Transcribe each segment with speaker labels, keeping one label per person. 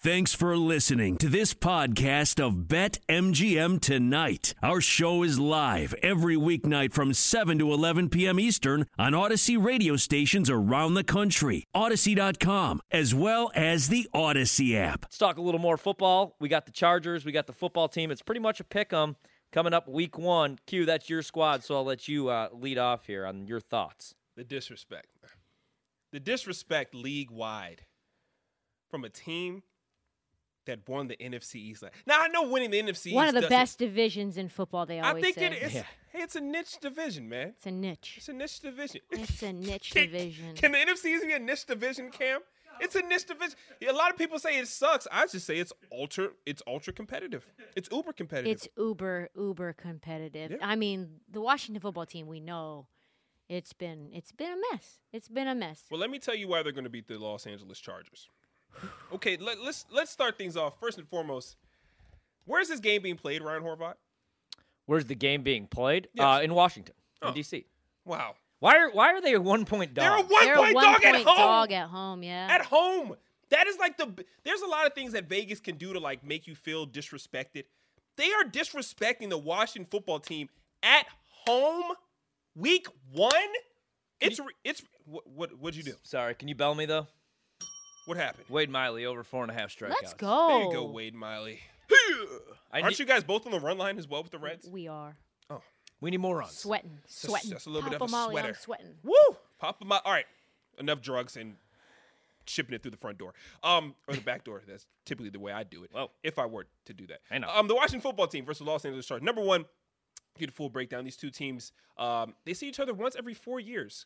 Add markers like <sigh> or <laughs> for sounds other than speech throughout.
Speaker 1: Thanks for listening to this podcast of Bet MGM Tonight. Our show is live every weeknight from 7 to 11 p.m. Eastern on Odyssey radio stations around the country, Odyssey.com, as well as the Odyssey app.
Speaker 2: Let's talk a little more football. We got the Chargers, we got the football team. It's pretty much a pick 'em coming up week one. Q, that's your squad, so I'll let you uh, lead off here on your thoughts.
Speaker 3: The disrespect. The disrespect league wide from a team that won the NFC East. Now I know winning the NFC
Speaker 4: One
Speaker 3: East
Speaker 4: of the
Speaker 3: doesn't-
Speaker 4: best divisions in football, they
Speaker 3: I
Speaker 4: always
Speaker 3: think
Speaker 4: say.
Speaker 3: it is.
Speaker 2: Yeah.
Speaker 3: Hey, it's a niche division, man.
Speaker 4: It's a niche.
Speaker 3: It's a niche division. <laughs>
Speaker 4: It's a niche
Speaker 3: Can-
Speaker 4: division.
Speaker 3: Can the NFC East be a niche division, Cam? It's a niche division. A lot of people say it sucks. I just say it's ultra. It's ultra competitive. It's uber competitive.
Speaker 4: It's uber, uber competitive.
Speaker 3: Yeah.
Speaker 4: I mean, the Washington football team, we know it's been it's been a mess. It's been a mess.
Speaker 3: Well, let me tell you why they're going to beat the Los Angeles Chargers. Okay, let, let's let's start things off. First and foremost, where is this game being played, Ryan Horvath?
Speaker 2: Where's the game being played?
Speaker 3: Yes.
Speaker 2: Uh, in Washington,
Speaker 3: Oh.
Speaker 2: in D.C.
Speaker 3: Wow,
Speaker 2: Why are why are they a one point
Speaker 3: they're a
Speaker 2: dog?
Speaker 3: one
Speaker 4: They're
Speaker 3: point
Speaker 4: a one
Speaker 3: dog
Speaker 4: point
Speaker 3: at home.
Speaker 4: dog at home, yeah.
Speaker 3: at home. That is like the. b- There's a lot of things that Vegas can do to like make you feel disrespected. They are disrespecting the Washington football team at home, week one. It's re- it's what what what'd you do?
Speaker 2: Sorry, can you bell me though?
Speaker 3: What happened?
Speaker 2: Wade Miley over four and a half strikeouts.
Speaker 4: Let's go.
Speaker 3: There you go, Wade Miley.
Speaker 2: <laughs> I
Speaker 3: Aren't
Speaker 2: need-
Speaker 3: you guys both on the run line as well with the Reds?
Speaker 4: We are
Speaker 2: We need more runs.
Speaker 4: sweating, sweating.
Speaker 3: just a little bit
Speaker 4: Papa
Speaker 3: of a
Speaker 4: Molly,
Speaker 3: sweater.
Speaker 4: I'm sweating.
Speaker 3: Woo! Pop them out. All right. Enough drugs and shipping it through the front door. Um, or the back door. That's typically the way I do it.
Speaker 2: Well.
Speaker 3: if I were to do that.
Speaker 2: I know.
Speaker 3: Um, the Washington football team versus Los Angeles Chargers. Number one, get a full breakdown. These two teams, um, they see each other once every four years.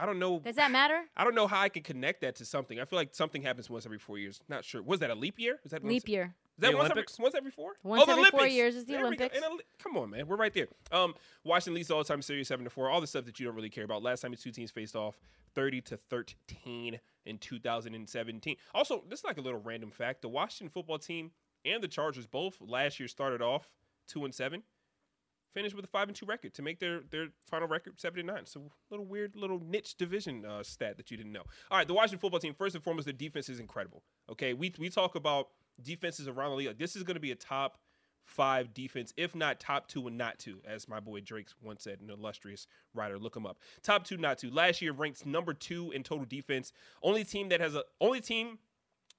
Speaker 3: I don't know.
Speaker 4: Does that matter?
Speaker 3: I don't know how I can connect that to something. I feel like something happens once every four years. Not sure. Was that a leap year? Is that once-
Speaker 4: Leap year.
Speaker 3: is that
Speaker 2: The
Speaker 3: once
Speaker 2: Olympics?
Speaker 3: every once every four? Oh,
Speaker 4: Once
Speaker 3: the
Speaker 4: every four years is the
Speaker 3: There we go.
Speaker 4: Olympics.
Speaker 3: And Oli- come on, man, we're right there. Um, Washington leads the all-time series seven to four. All the stuff that you don't really care about. Last time the two teams faced off, thirty to thirteen in 2017. Also, this is like a little random fact: the Washington football team and the Chargers both last year started off two and seven, finished with a five and two record to make their their final record seven and nine. So little weird little niche division uh, stat that you didn't know. All right, the Washington football team first and foremost, their defense is incredible. Okay, we we talk about defenses around the league. Like, this is going to be a top five defense, if not top two and not two, as my boy Drake's once said, an illustrious writer. Look him up. Top two, not two. Last year ranked number two in total defense. Only team that has a only team.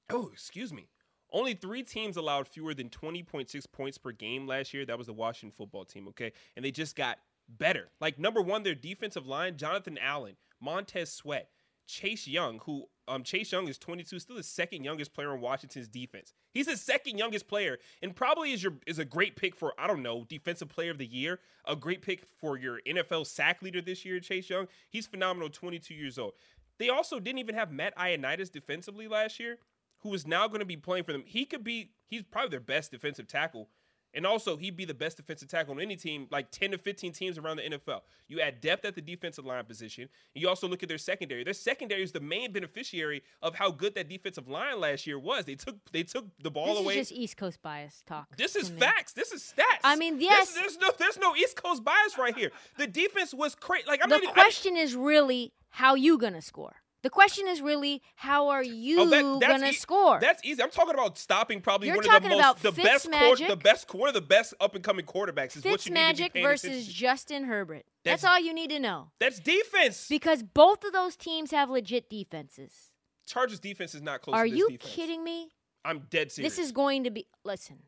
Speaker 3: Oh, excuse me. Only three teams allowed fewer than 20.6 points per game last year. That was the Washington football team, okay? And they just got better. Like, number one, their defensive line, Jonathan Allen, Montez Sweat, Chase Young, who um, Chase Young is 22, still the second youngest player on Washington's defense. He's the second youngest player, and probably is your is a great pick for I don't know defensive player of the year, a great pick for your NFL sack leader this year. Chase Young, he's phenomenal, 22 years old. They also didn't even have Matt Ioannidis defensively last year, who is now going to be playing for them. He could be he's probably their best defensive tackle. And also, he'd be the best defensive tackle on any team, like 10 to 15 teams around the NFL. You add depth at the defensive line position. And you also look at their secondary. Their secondary is the main beneficiary of how good that defensive line last year was. They took they took the ball
Speaker 4: this
Speaker 3: away.
Speaker 4: is just East Coast bias talk.
Speaker 3: This is
Speaker 4: to me.
Speaker 3: facts. This is stats.
Speaker 4: I mean,
Speaker 3: This-
Speaker 4: yes.
Speaker 3: There's, no there's no East Coast bias right here. The defense was crazy. Like I'm
Speaker 4: the
Speaker 3: not even, I-
Speaker 4: question is really how you gonna score. The question is really how are you
Speaker 3: Oh, that- that's
Speaker 4: gonna
Speaker 3: ea-
Speaker 4: score?
Speaker 3: That's easy. I'm talking about stopping probably
Speaker 4: You're
Speaker 3: one of the
Speaker 4: talking
Speaker 3: most
Speaker 4: about
Speaker 3: the best
Speaker 4: Fitzmagic.
Speaker 3: the best one of the best up and coming quarterbacks is what you need to be
Speaker 4: Fitzmagic
Speaker 3: paying
Speaker 4: versus
Speaker 3: attention to.
Speaker 4: Justin Herbert.
Speaker 3: That's-
Speaker 4: That's, all you need to know
Speaker 3: That's defense.
Speaker 4: because both of those teams have legit defenses.
Speaker 3: Chargers defense is not close
Speaker 4: Are
Speaker 3: to this
Speaker 4: you
Speaker 3: defense.
Speaker 4: kidding me?
Speaker 3: I'm dead serious.
Speaker 4: This is going to be listen.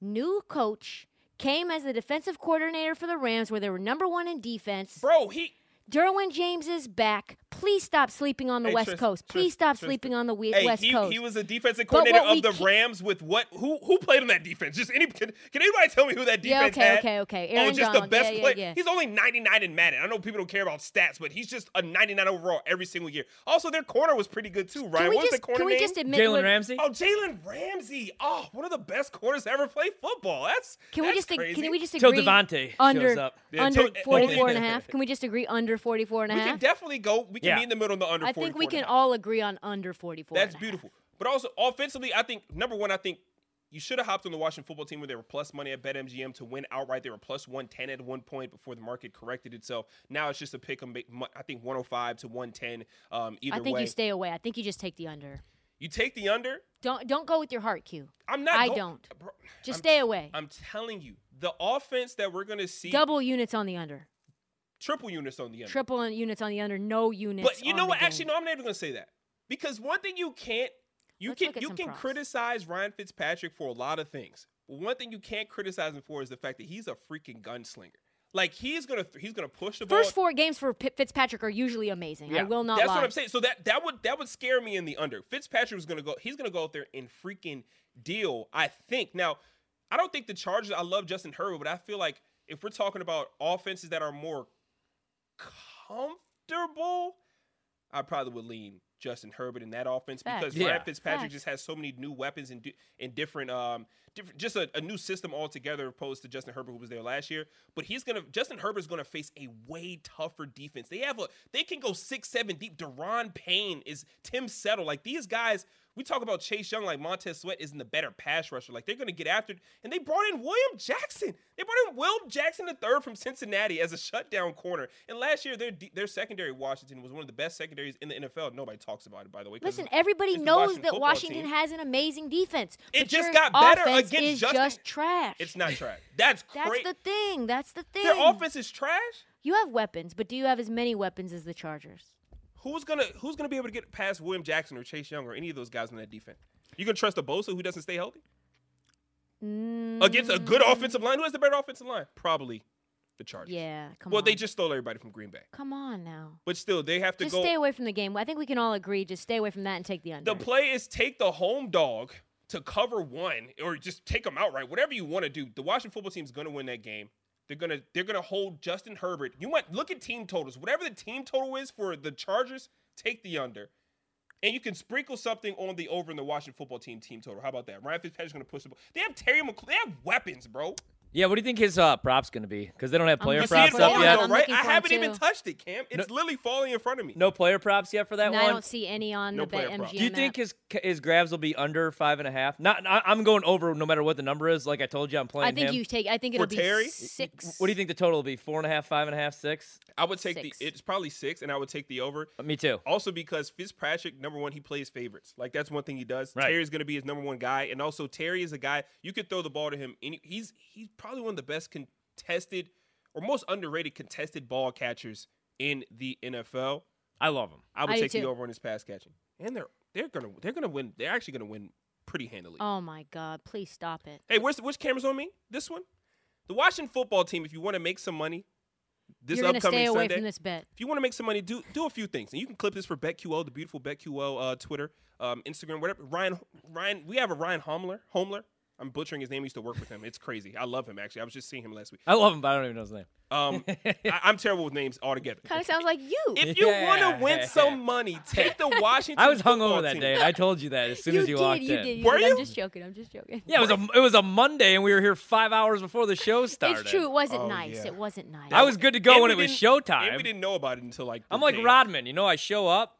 Speaker 4: New coach came as the defensive coordinator for the Rams, where they were number one in defense.
Speaker 3: Bro, he
Speaker 4: Derwin James is back. Please stop sleeping on the
Speaker 3: Hey,
Speaker 4: West
Speaker 3: Tris-
Speaker 4: Coast.
Speaker 3: Tris-
Speaker 4: Please stop
Speaker 3: Tristan.
Speaker 4: sleeping on the we-
Speaker 3: Hey,
Speaker 4: West
Speaker 3: he,
Speaker 4: Coast.
Speaker 3: he was a defensive
Speaker 4: But
Speaker 3: coordinator
Speaker 4: what
Speaker 3: of
Speaker 4: we
Speaker 3: the
Speaker 4: ca-
Speaker 3: Rams with what who who played on that defense? Just any can, can anybody tell me who that
Speaker 4: yeah,
Speaker 3: defense
Speaker 4: okay,
Speaker 3: had?
Speaker 4: okay, okay.
Speaker 3: Oh,
Speaker 4: Aaron
Speaker 3: just the
Speaker 4: Donald.
Speaker 3: best
Speaker 4: yeah,
Speaker 3: player.
Speaker 4: Yeah, yeah.
Speaker 3: He's only 99 in Madden. I know people don't care about stats, but he's just a 99 overall every single year. Also, their corner was pretty good too, Ryan.
Speaker 4: can we
Speaker 3: what was the
Speaker 4: just
Speaker 3: corner
Speaker 4: can we
Speaker 3: name?
Speaker 4: just admit
Speaker 2: Jalen
Speaker 4: we're-
Speaker 2: Ramsey.
Speaker 3: Oh, Jalen Ramsey! Oh, one of the best corners to ever play football. That's
Speaker 4: Can we
Speaker 3: that's
Speaker 4: just ag-
Speaker 3: crazy.
Speaker 4: can we just
Speaker 2: Till
Speaker 4: agree
Speaker 2: Devontae
Speaker 4: under
Speaker 2: shows up.
Speaker 3: Yeah,
Speaker 4: under
Speaker 3: till- eh,
Speaker 4: 44 and a
Speaker 3: only-
Speaker 4: half? Can we just agree under 44 and a
Speaker 3: We can
Speaker 4: half?
Speaker 3: definitely go. We can
Speaker 2: Yeah.
Speaker 3: meet in the middle on the under.
Speaker 4: I think
Speaker 3: 44
Speaker 4: we
Speaker 3: and a
Speaker 4: can
Speaker 3: half.
Speaker 4: all agree on under 44.
Speaker 3: That's
Speaker 4: and a half.
Speaker 3: beautiful. But also offensively, I think number one, I think you should have hopped on the Washington football team when they were plus money at BetMGM to win outright. They were plus one ten at one point before the market corrected itself. Now it's just a pick 'em. I think one hundred oh five to one ten. Um, either
Speaker 4: I think
Speaker 3: way,
Speaker 4: you stay away. I think you just take the under.
Speaker 3: You take the under.
Speaker 4: Don't don't go with your heart, Q.
Speaker 3: I'm not.
Speaker 4: I
Speaker 3: go-
Speaker 4: don't.
Speaker 3: Bro,
Speaker 4: Just
Speaker 3: I'm-
Speaker 4: stay away.
Speaker 3: I'm telling you, the offense that we're gonna see
Speaker 4: Double units on the under.
Speaker 3: triple units on the end.
Speaker 4: Triple un- units on the under. No units.
Speaker 3: But you
Speaker 4: on
Speaker 3: know
Speaker 4: the
Speaker 3: what?
Speaker 4: game.
Speaker 3: Actually, no, I'm not even gonna say that because one thing you can't you
Speaker 4: Let's
Speaker 3: can
Speaker 4: look at
Speaker 3: you
Speaker 4: some
Speaker 3: can
Speaker 4: props.
Speaker 3: criticize Ryan Fitzpatrick for a lot of things. But one thing you can't criticize him for is the fact that he's a freaking gunslinger. Like he's gonna he's gonna push the
Speaker 4: First
Speaker 3: ball.
Speaker 4: four games for P- Fitzpatrick are usually amazing. I
Speaker 2: Yeah.
Speaker 4: will not
Speaker 3: That's
Speaker 4: lie.
Speaker 3: what I'm saying. So that that would that would scare me in the under. Fitzpatrick was gonna go. He's gonna go out there and freaking deal. I think now. I don't think the Chargers. I love Justin Herbert, but I feel like if we're talking about offenses that are more comfortable, I probably would lean Justin Herbert in that offense
Speaker 4: Facts.
Speaker 3: because Ryan
Speaker 2: Yeah.
Speaker 3: Fitzpatrick
Speaker 4: Facts.
Speaker 3: just has so many new weapons and di- and different um different just a, a new system altogether opposed to Justin Herbert who was there last year. But he's gonna Justin Herbert's gonna face a way tougher defense. They have a they can go six seven deep. Deron Payne is Tim Settle like these guys. We talk about Chase Young like Montez Sweat isn't the better pass rusher. Like they're gonna get after it. And they brought in William Jackson. They brought in Will Jackson III from Cincinnati as a shutdown corner. And last year their de- their secondary Washington was one of the best secondaries in the NFL. Nobody talks about it by the way. 'cause
Speaker 4: Listen,
Speaker 3: it's-
Speaker 4: everybody
Speaker 3: it's the
Speaker 4: knows
Speaker 3: Washington
Speaker 4: that
Speaker 3: football
Speaker 4: Washington
Speaker 3: team.
Speaker 4: has an amazing defense.
Speaker 3: It
Speaker 4: but
Speaker 3: just
Speaker 4: your
Speaker 3: got better
Speaker 4: offense
Speaker 3: against
Speaker 4: is
Speaker 3: Justin-
Speaker 4: just trash.
Speaker 3: It's not trash. That's
Speaker 4: <laughs> That's
Speaker 3: great.
Speaker 4: the thing. That's the thing.
Speaker 3: Their offense is trash.
Speaker 4: You have weapons, but do you have as many weapons as the Chargers?
Speaker 3: Who's gonna Who's gonna be able to get past William Jackson or Chase Young or any of those guys on that defense? You gonna trust a Bosa who doesn't stay healthy against a
Speaker 4: Mm.
Speaker 3: good offensive line? Who has the better offensive line? Probably the Chargers.
Speaker 4: Yeah, come
Speaker 3: Well,
Speaker 4: on.
Speaker 3: they just stole everybody from Green Bay,
Speaker 4: come on now.
Speaker 3: but still they have to
Speaker 4: Just
Speaker 3: go.
Speaker 4: stay away from the game. I think we can all agree. Just stay away from that and take the under.
Speaker 3: The play is take the home dog to cover one, or just take them outright. Whatever you want to do. The Washington football team's going to win that game. They're gonna they're gonna hold Justin Herbert. You might look at team totals. Whatever the team total is for the Chargers, take the under. And you can sprinkle something on the over in the Washington football team team total. How about that? Ryan Fitzpatrick's gonna push the ball. They have Terry McCle- They have weapons, bro.
Speaker 2: Yeah, what do you think his uh, props going to be? Because they don't have
Speaker 4: I'm
Speaker 2: player
Speaker 3: You
Speaker 4: looking
Speaker 3: see it
Speaker 2: props
Speaker 4: for it.
Speaker 2: up
Speaker 3: falling
Speaker 4: Yeah,
Speaker 2: yet.
Speaker 3: though,
Speaker 4: I'm
Speaker 3: right?
Speaker 4: looking
Speaker 3: I
Speaker 4: for it
Speaker 3: haven't even
Speaker 4: too.
Speaker 3: touched it, Cam. It's literally falling in front of me.
Speaker 2: No player props yet for that
Speaker 4: And
Speaker 2: one.
Speaker 4: I don't see any on
Speaker 3: No
Speaker 4: the bet
Speaker 3: player
Speaker 4: MGM.
Speaker 3: prop.
Speaker 2: Do you think his his grabs will be under five and a half? Not, I, I'm going over no matter what the number is. Like I told you, I'm
Speaker 4: I
Speaker 2: playing
Speaker 4: think
Speaker 2: him.
Speaker 4: you take. I think it'll be
Speaker 3: Terry?
Speaker 4: six.
Speaker 2: What do you think the total will be? Four and a half, five and a half, six?
Speaker 3: I would take
Speaker 4: Six.
Speaker 3: the. It's probably six, and I would take the over.
Speaker 2: Uh, Me too.
Speaker 3: Also because Fitzpatrick, number one, he plays favorites. Like that's one thing he does.
Speaker 2: Right.
Speaker 3: Terry's going to be his number one guy, and also Terry is a guy you could throw the ball to him. Any, he's he's probably one of the best contested or most underrated contested ball catchers in the NFL.
Speaker 2: I love him.
Speaker 3: I would
Speaker 4: I do
Speaker 3: take the
Speaker 4: too.
Speaker 3: over on his pass catching, and they're they're gonna they're gonna win. They're actually gonna win pretty handily.
Speaker 4: Oh my God! Please stop it.
Speaker 3: Hey, where's which camera's on me? This one, the Washington football team. If you want to make some money, this
Speaker 4: You're gonna
Speaker 3: upcoming
Speaker 4: stay away
Speaker 3: Sunday,
Speaker 4: from this bet.
Speaker 2: <laughs>
Speaker 3: if you want to make some money, do do a few things, and you can clip this for BetQL, the beautiful BetQL uh, Twitter, um, Instagram, whatever. Ryan, Ryan, we have a Ryan Homler, Homler. I'm butchering his name. I used to work with him. It's crazy. I love him. Actually, I was just seeing him last week.
Speaker 2: I love him, but I don't even know his name. <laughs>
Speaker 3: Um, I, I'm terrible with names altogether.
Speaker 4: Kind of sounds like you.
Speaker 3: If you want
Speaker 2: Yeah.
Speaker 3: to win some
Speaker 2: <laughs>
Speaker 3: money, take the Washington.
Speaker 2: I was
Speaker 3: football
Speaker 2: hungover that
Speaker 3: team.
Speaker 2: day, and I told you that as soon
Speaker 4: <laughs> you,
Speaker 2: as you
Speaker 4: did,
Speaker 2: walked
Speaker 4: you
Speaker 2: in.
Speaker 4: did. You
Speaker 3: Were
Speaker 4: did.
Speaker 3: you?
Speaker 4: I'm just joking. I'm just joking.
Speaker 2: Yeah, it was a it was a Monday, and we were here five hours before the show started.
Speaker 4: It's true. It wasn't
Speaker 3: Oh,
Speaker 4: nice.
Speaker 3: yeah.
Speaker 4: It wasn't nice.
Speaker 2: I was good to go
Speaker 3: And
Speaker 2: when
Speaker 3: we
Speaker 2: it was
Speaker 3: didn't- And we
Speaker 2: showtime.
Speaker 3: didn't know about it until like. the
Speaker 2: I'm like
Speaker 3: day after.
Speaker 2: Rodman, you know. I show up,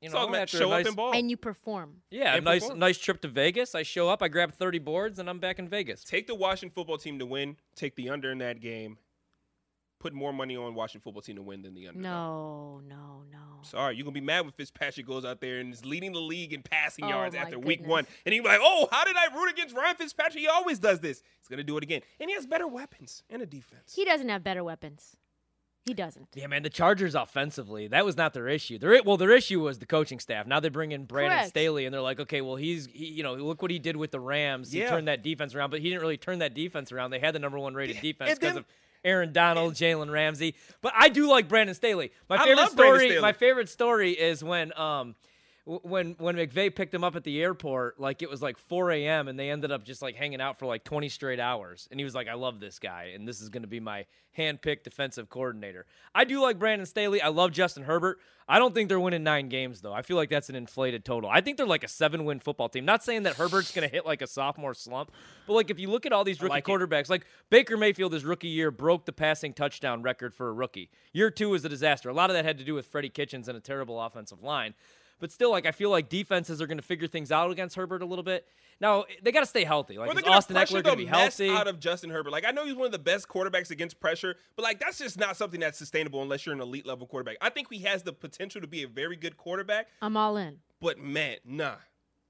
Speaker 2: you
Speaker 3: So
Speaker 2: know,
Speaker 3: I'm like,
Speaker 2: after a
Speaker 3: show
Speaker 2: nice,
Speaker 3: up and ball.
Speaker 4: and you perform.
Speaker 2: yeah, a
Speaker 3: and
Speaker 2: nice
Speaker 3: perform.
Speaker 2: nice trip to Vegas. I show up, I grab 30 boards, and I'm back in Vegas.
Speaker 3: Take the Washington football team to win. Take the under in that game. Put more money on Washington football team to win than the under.
Speaker 4: No, no, no.
Speaker 3: Sorry, you're gonna be mad when Fitzpatrick goes out there and is leading the league in passing
Speaker 4: Oh,
Speaker 3: yards
Speaker 4: my
Speaker 3: after week
Speaker 4: goodness.
Speaker 3: one. And he's like, oh, how did I root against Ryan Fitzpatrick? He always does this. He's gonna do it again. And he has better weapons and a defense.
Speaker 4: He doesn't have better weapons. He doesn't.
Speaker 2: Yeah, man, the Chargers offensively, that was not their issue. Their well, their issue was the coaching staff. Now they bring in Brandon
Speaker 4: Correct.
Speaker 2: Staley, and they're like, okay, well, he's he, you know, look what he did with the Rams. He
Speaker 3: Yeah.
Speaker 2: turned that defense around, but he didn't really turn that defense around. They had the number one rated defense
Speaker 3: and
Speaker 2: because
Speaker 3: then-
Speaker 2: of Aaron Donald, Jalen Ramsey. But I do like Brandon Staley. My
Speaker 3: I
Speaker 2: favorite
Speaker 3: love Brandon
Speaker 2: story.
Speaker 3: Staley.
Speaker 2: My favorite story is when um. w- When when McVay picked him up at the airport, like it was like 4 a.m. and they ended up just like hanging out for like 20 straight hours. And he was like, "I love this guy, and this is going to be my hand-picked defensive coordinator." I do like Brandon Staley. I love Justin Herbert. I don't think they're winning nine games though. I feel like that's an inflated total. I think they're like a seven-win football team. Not saying that Herbert's going to hit like a sophomore slump, but like if you look at all these rookie
Speaker 3: like it.
Speaker 2: quarterbacks, like Baker Mayfield, his rookie year broke the passing touchdown record for a rookie. Year two was a disaster. A lot of that had to do with Freddie Kitchens and a terrible offensive line. But still, like I feel like defenses are going to figure things out against Herbert a little bit. Now they got to stay healthy. Like
Speaker 3: Or
Speaker 2: is
Speaker 3: they're gonna
Speaker 2: Austin
Speaker 3: pressure
Speaker 2: Eckler going to
Speaker 3: the
Speaker 2: be
Speaker 3: mess
Speaker 2: healthy?
Speaker 3: out of Justin Herbert. Like I know he's one of the best quarterbacks against pressure, but like that's just not something that's sustainable unless you're an elite level quarterback. I think he has the potential to be a very good quarterback,
Speaker 4: I'm all in.
Speaker 3: but man, nah.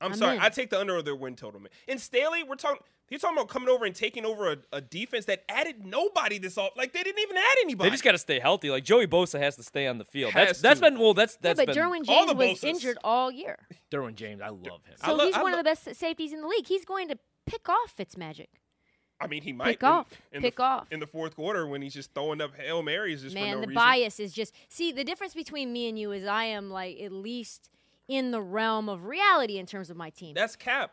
Speaker 3: I'm,
Speaker 4: I'm
Speaker 3: sorry.
Speaker 4: in.
Speaker 3: I take the under of their win total, man. And Staley, we're talking. He's talking about coming over and taking over a, a defense that added nobody this off. Like they didn't even add anybody.
Speaker 2: They just got to stay healthy. Like Joey Bosa has to stay on the field.
Speaker 3: Has
Speaker 2: that's that's
Speaker 3: to.
Speaker 2: been well. That's that's
Speaker 4: yeah, but
Speaker 2: been
Speaker 4: Derwin
Speaker 3: all
Speaker 4: James
Speaker 3: the
Speaker 4: was
Speaker 3: Bosa's.
Speaker 4: injured all year.
Speaker 2: Derwin James. I love him.
Speaker 3: <laughs> I
Speaker 4: So
Speaker 3: lo-
Speaker 4: he's
Speaker 3: I
Speaker 4: one
Speaker 3: lo-
Speaker 4: of the best safeties in the league. He's going to pick off Fitzmagic.
Speaker 3: I mean, he might
Speaker 4: Pick off.
Speaker 3: In, in
Speaker 4: Pick
Speaker 3: the,
Speaker 4: off.
Speaker 3: in the fourth quarter when he's just throwing up hail marys just
Speaker 4: Man,
Speaker 3: for no
Speaker 4: the
Speaker 3: reason.
Speaker 4: bias is just see the difference between me and you is I am like at least in the realm of reality in terms of my team.
Speaker 3: That's cap.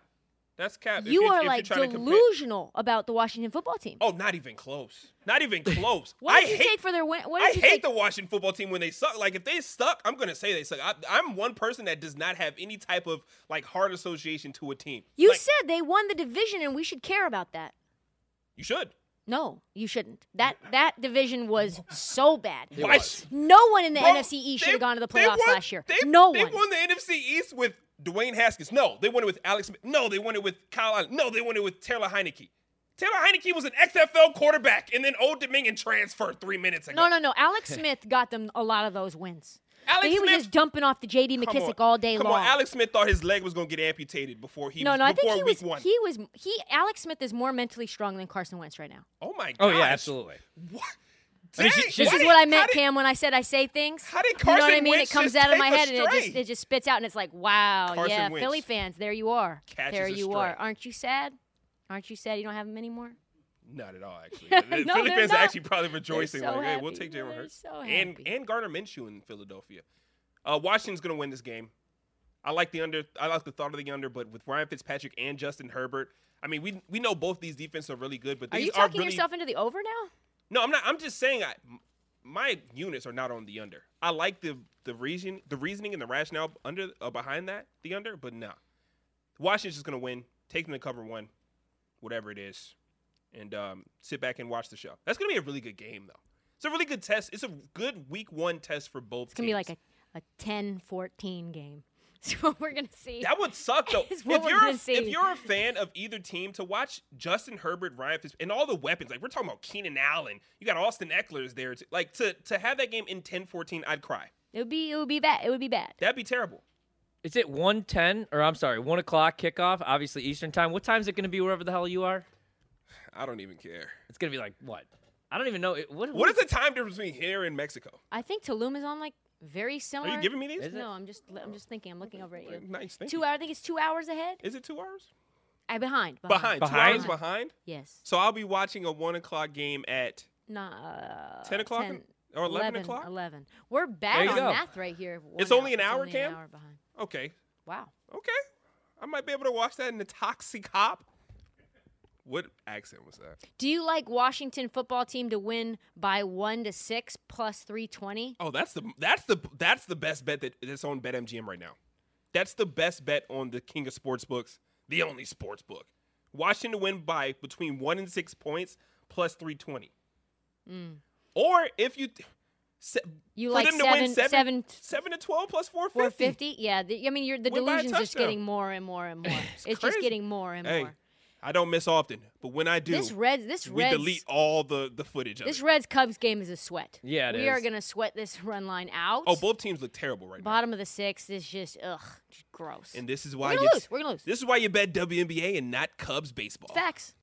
Speaker 3: That's cap. If
Speaker 4: you
Speaker 3: you're-
Speaker 4: are
Speaker 3: if you're
Speaker 4: like
Speaker 3: trying to compare-
Speaker 4: delusional about the Washington football team.
Speaker 3: Oh, not even close. Not
Speaker 4: <laughs>
Speaker 3: even close.
Speaker 4: what
Speaker 3: I
Speaker 4: did you
Speaker 3: hate
Speaker 4: take for their win? What did
Speaker 3: I
Speaker 4: you
Speaker 3: hate
Speaker 4: take?
Speaker 3: the Washington football team when they suck. Like if they suck, I'm gonna say they suck. I, I'm one person that does not have any type of like hard association to a team.
Speaker 4: you
Speaker 3: Like,
Speaker 4: said they won the division and we should care about that.
Speaker 3: you should.
Speaker 4: No, you shouldn't. That that division was so bad.
Speaker 3: Why sh-
Speaker 4: No one in the
Speaker 3: Bro,
Speaker 4: NFC East should
Speaker 3: they-
Speaker 4: have gone to the
Speaker 3: they
Speaker 4: playoffs
Speaker 3: won-
Speaker 4: last year.
Speaker 3: They,
Speaker 4: no
Speaker 3: they
Speaker 4: one.
Speaker 3: won the NFC East with Dwayne Haskins. No, they won it with Alex Smith. No, they won it with Kyle Allen. No, they won it with Taylor Heineke. Taylor Heineke was an XFL quarterback, and then Old Dominion transferred three minutes ago.
Speaker 4: No, no, no.
Speaker 3: <laughs>
Speaker 4: Alex Smith got them a lot of those wins.
Speaker 3: Alex
Speaker 4: he was
Speaker 3: Smith-
Speaker 4: just dumping off the J.D.
Speaker 3: Come
Speaker 4: McKissick
Speaker 3: on.
Speaker 4: all day
Speaker 3: Come
Speaker 4: long.
Speaker 3: on, Alex Smith thought his leg was gonna get amputated before he
Speaker 4: no,
Speaker 3: was,
Speaker 4: no. I think
Speaker 3: before
Speaker 4: he
Speaker 3: week
Speaker 4: was.
Speaker 3: one.
Speaker 4: He was. He. Alex Smith is more mentally strong than Carson Wentz right now.
Speaker 3: oh my god.
Speaker 2: Oh yeah, absolutely.
Speaker 3: What?
Speaker 2: I mean, she-
Speaker 3: Dang,
Speaker 2: she's-
Speaker 4: This
Speaker 3: why
Speaker 4: is
Speaker 3: did-
Speaker 4: what I
Speaker 3: how
Speaker 4: meant,
Speaker 3: did-
Speaker 4: Cam, when I said I say things.
Speaker 3: how did
Speaker 4: you know what I
Speaker 3: Carson
Speaker 4: mean?
Speaker 3: Wentz
Speaker 4: it comes
Speaker 3: just
Speaker 4: out of my
Speaker 3: take us
Speaker 4: head and it just
Speaker 3: straight?
Speaker 4: it just spits out and it's like, wow,
Speaker 3: Carson
Speaker 4: yeah,
Speaker 3: Wentz
Speaker 4: Philly fans, there you are,
Speaker 3: catches
Speaker 4: there
Speaker 3: a
Speaker 4: you
Speaker 3: stray.
Speaker 4: are. Aren't you sad? Aren't you sad you don't have him anymore?
Speaker 3: Not at all,
Speaker 4: <laughs>
Speaker 3: actually.
Speaker 4: No,
Speaker 3: Philly
Speaker 4: they're
Speaker 3: fans
Speaker 4: not.
Speaker 3: are actually probably rejoicing.
Speaker 4: so
Speaker 3: like, hey, we'll
Speaker 4: happy.
Speaker 3: take Jalen
Speaker 4: They're
Speaker 3: Hurts
Speaker 4: so
Speaker 3: and
Speaker 4: happy.
Speaker 3: and Gardner Minshew in Philadelphia. Uh, Washington's gonna win this game. I like the under. I like the thought of the under, but with Ryan Fitzpatrick and Justin Herbert, I mean, we we know both these defenses are really good, but
Speaker 4: Are
Speaker 3: these
Speaker 4: you talking
Speaker 3: really
Speaker 4: yourself into the over now?
Speaker 3: no. I'm not. I'm just saying, I, m- my units are not on the under. I like the the reason, the reasoning, and the rationale under uh, behind that the under, but nah. Washington's just gonna win. Take them to cover one, whatever it is, and um, sit back and watch the show. That's gonna be a really good game, though. It's a really good test. It's a good week one test for both.
Speaker 4: It's gonna be like a, a 10-14 game. <laughs> So we're gonna see.
Speaker 3: That would suck
Speaker 4: <laughs>
Speaker 3: though.
Speaker 4: It's
Speaker 3: if
Speaker 4: what we're
Speaker 3: you're
Speaker 4: gonna
Speaker 3: a,
Speaker 4: see.
Speaker 3: if you're a fan of either team, to watch Justin Herbert, Ryan Fitz, and all the weapons, like we're talking about Keenan Allen, you got Austin Eckler's there. Too. Like to to have that game in 10-14, I'd cry.
Speaker 4: It would be it would be bad. It would be bad.
Speaker 3: That'd be terrible.
Speaker 2: It's at 1.10, or I'm sorry, one o'clock kickoff. Obviously Eastern time. What time is it going to be? Wherever the hell you are,
Speaker 3: I don't even care.
Speaker 2: it's going to be like what? I don't even know. It- What?
Speaker 3: What is the time difference between here and Mexico?
Speaker 4: I think Tulum is on like very
Speaker 3: Are
Speaker 4: similar.
Speaker 3: you giving me these?
Speaker 2: Is it?
Speaker 4: No, I'm just I'm just thinking. I'm looking over at you.
Speaker 3: Nice thing.
Speaker 4: Two hours. I think it's two hours ahead.
Speaker 3: Is it two hours?
Speaker 4: I behind.
Speaker 3: Behind.
Speaker 2: Behind?
Speaker 3: Two hours behind.
Speaker 4: Yes.
Speaker 3: So I'll be watching a one o'clock game at
Speaker 4: Not uh,
Speaker 3: ten o'clock
Speaker 4: 10,
Speaker 3: or eleven, o'clock.
Speaker 4: Eleven. We're
Speaker 2: There
Speaker 4: bad
Speaker 2: you
Speaker 4: on
Speaker 2: go.
Speaker 4: math right here. One
Speaker 3: It's only an hour,
Speaker 4: only
Speaker 3: Cam?
Speaker 4: hour behind.
Speaker 3: Okay.
Speaker 4: Wow.
Speaker 3: Okay. I might be able to watch that in the Toxic Hop. What accent was that?
Speaker 4: Do you like Washington football team to win by one to six plus three twenty?
Speaker 3: Oh, that's the that's the that's the best bet that that's on BetMGM right now. That's the best bet on the king of sports books, the only sports book. Washington to win by between one and six points plus three twenty. Or if you se-
Speaker 4: Hmm. You
Speaker 3: for
Speaker 4: like
Speaker 3: them to
Speaker 4: seven,
Speaker 3: win seven,
Speaker 4: seven,
Speaker 3: seven to twelve plus four
Speaker 4: four
Speaker 3: fifty.
Speaker 4: fifty? Yeah. The, I mean, you're, the
Speaker 3: Win by a
Speaker 4: delusion's just
Speaker 3: touchdown.
Speaker 4: getting more and more and more. it's just
Speaker 3: crazy.
Speaker 4: getting more and
Speaker 3: Hey,
Speaker 4: more.
Speaker 3: I don't miss often, but when I do,
Speaker 4: This Reds, this
Speaker 3: we
Speaker 4: Reds,
Speaker 3: delete all the the footage of
Speaker 4: this
Speaker 3: it.
Speaker 4: Reds Cubs game is a sweat.
Speaker 2: Yeah, it
Speaker 4: we are
Speaker 2: is.
Speaker 4: gonna sweat this run line out.
Speaker 3: Oh, both teams look terrible right now,
Speaker 4: Bottom of the sixth is just ugh, just gross.
Speaker 3: and this is
Speaker 4: We're
Speaker 3: why
Speaker 4: gonna
Speaker 3: you
Speaker 4: lose. We're gonna lose.
Speaker 3: this is why you bet WNBA and not Cubs baseball.
Speaker 4: Facts.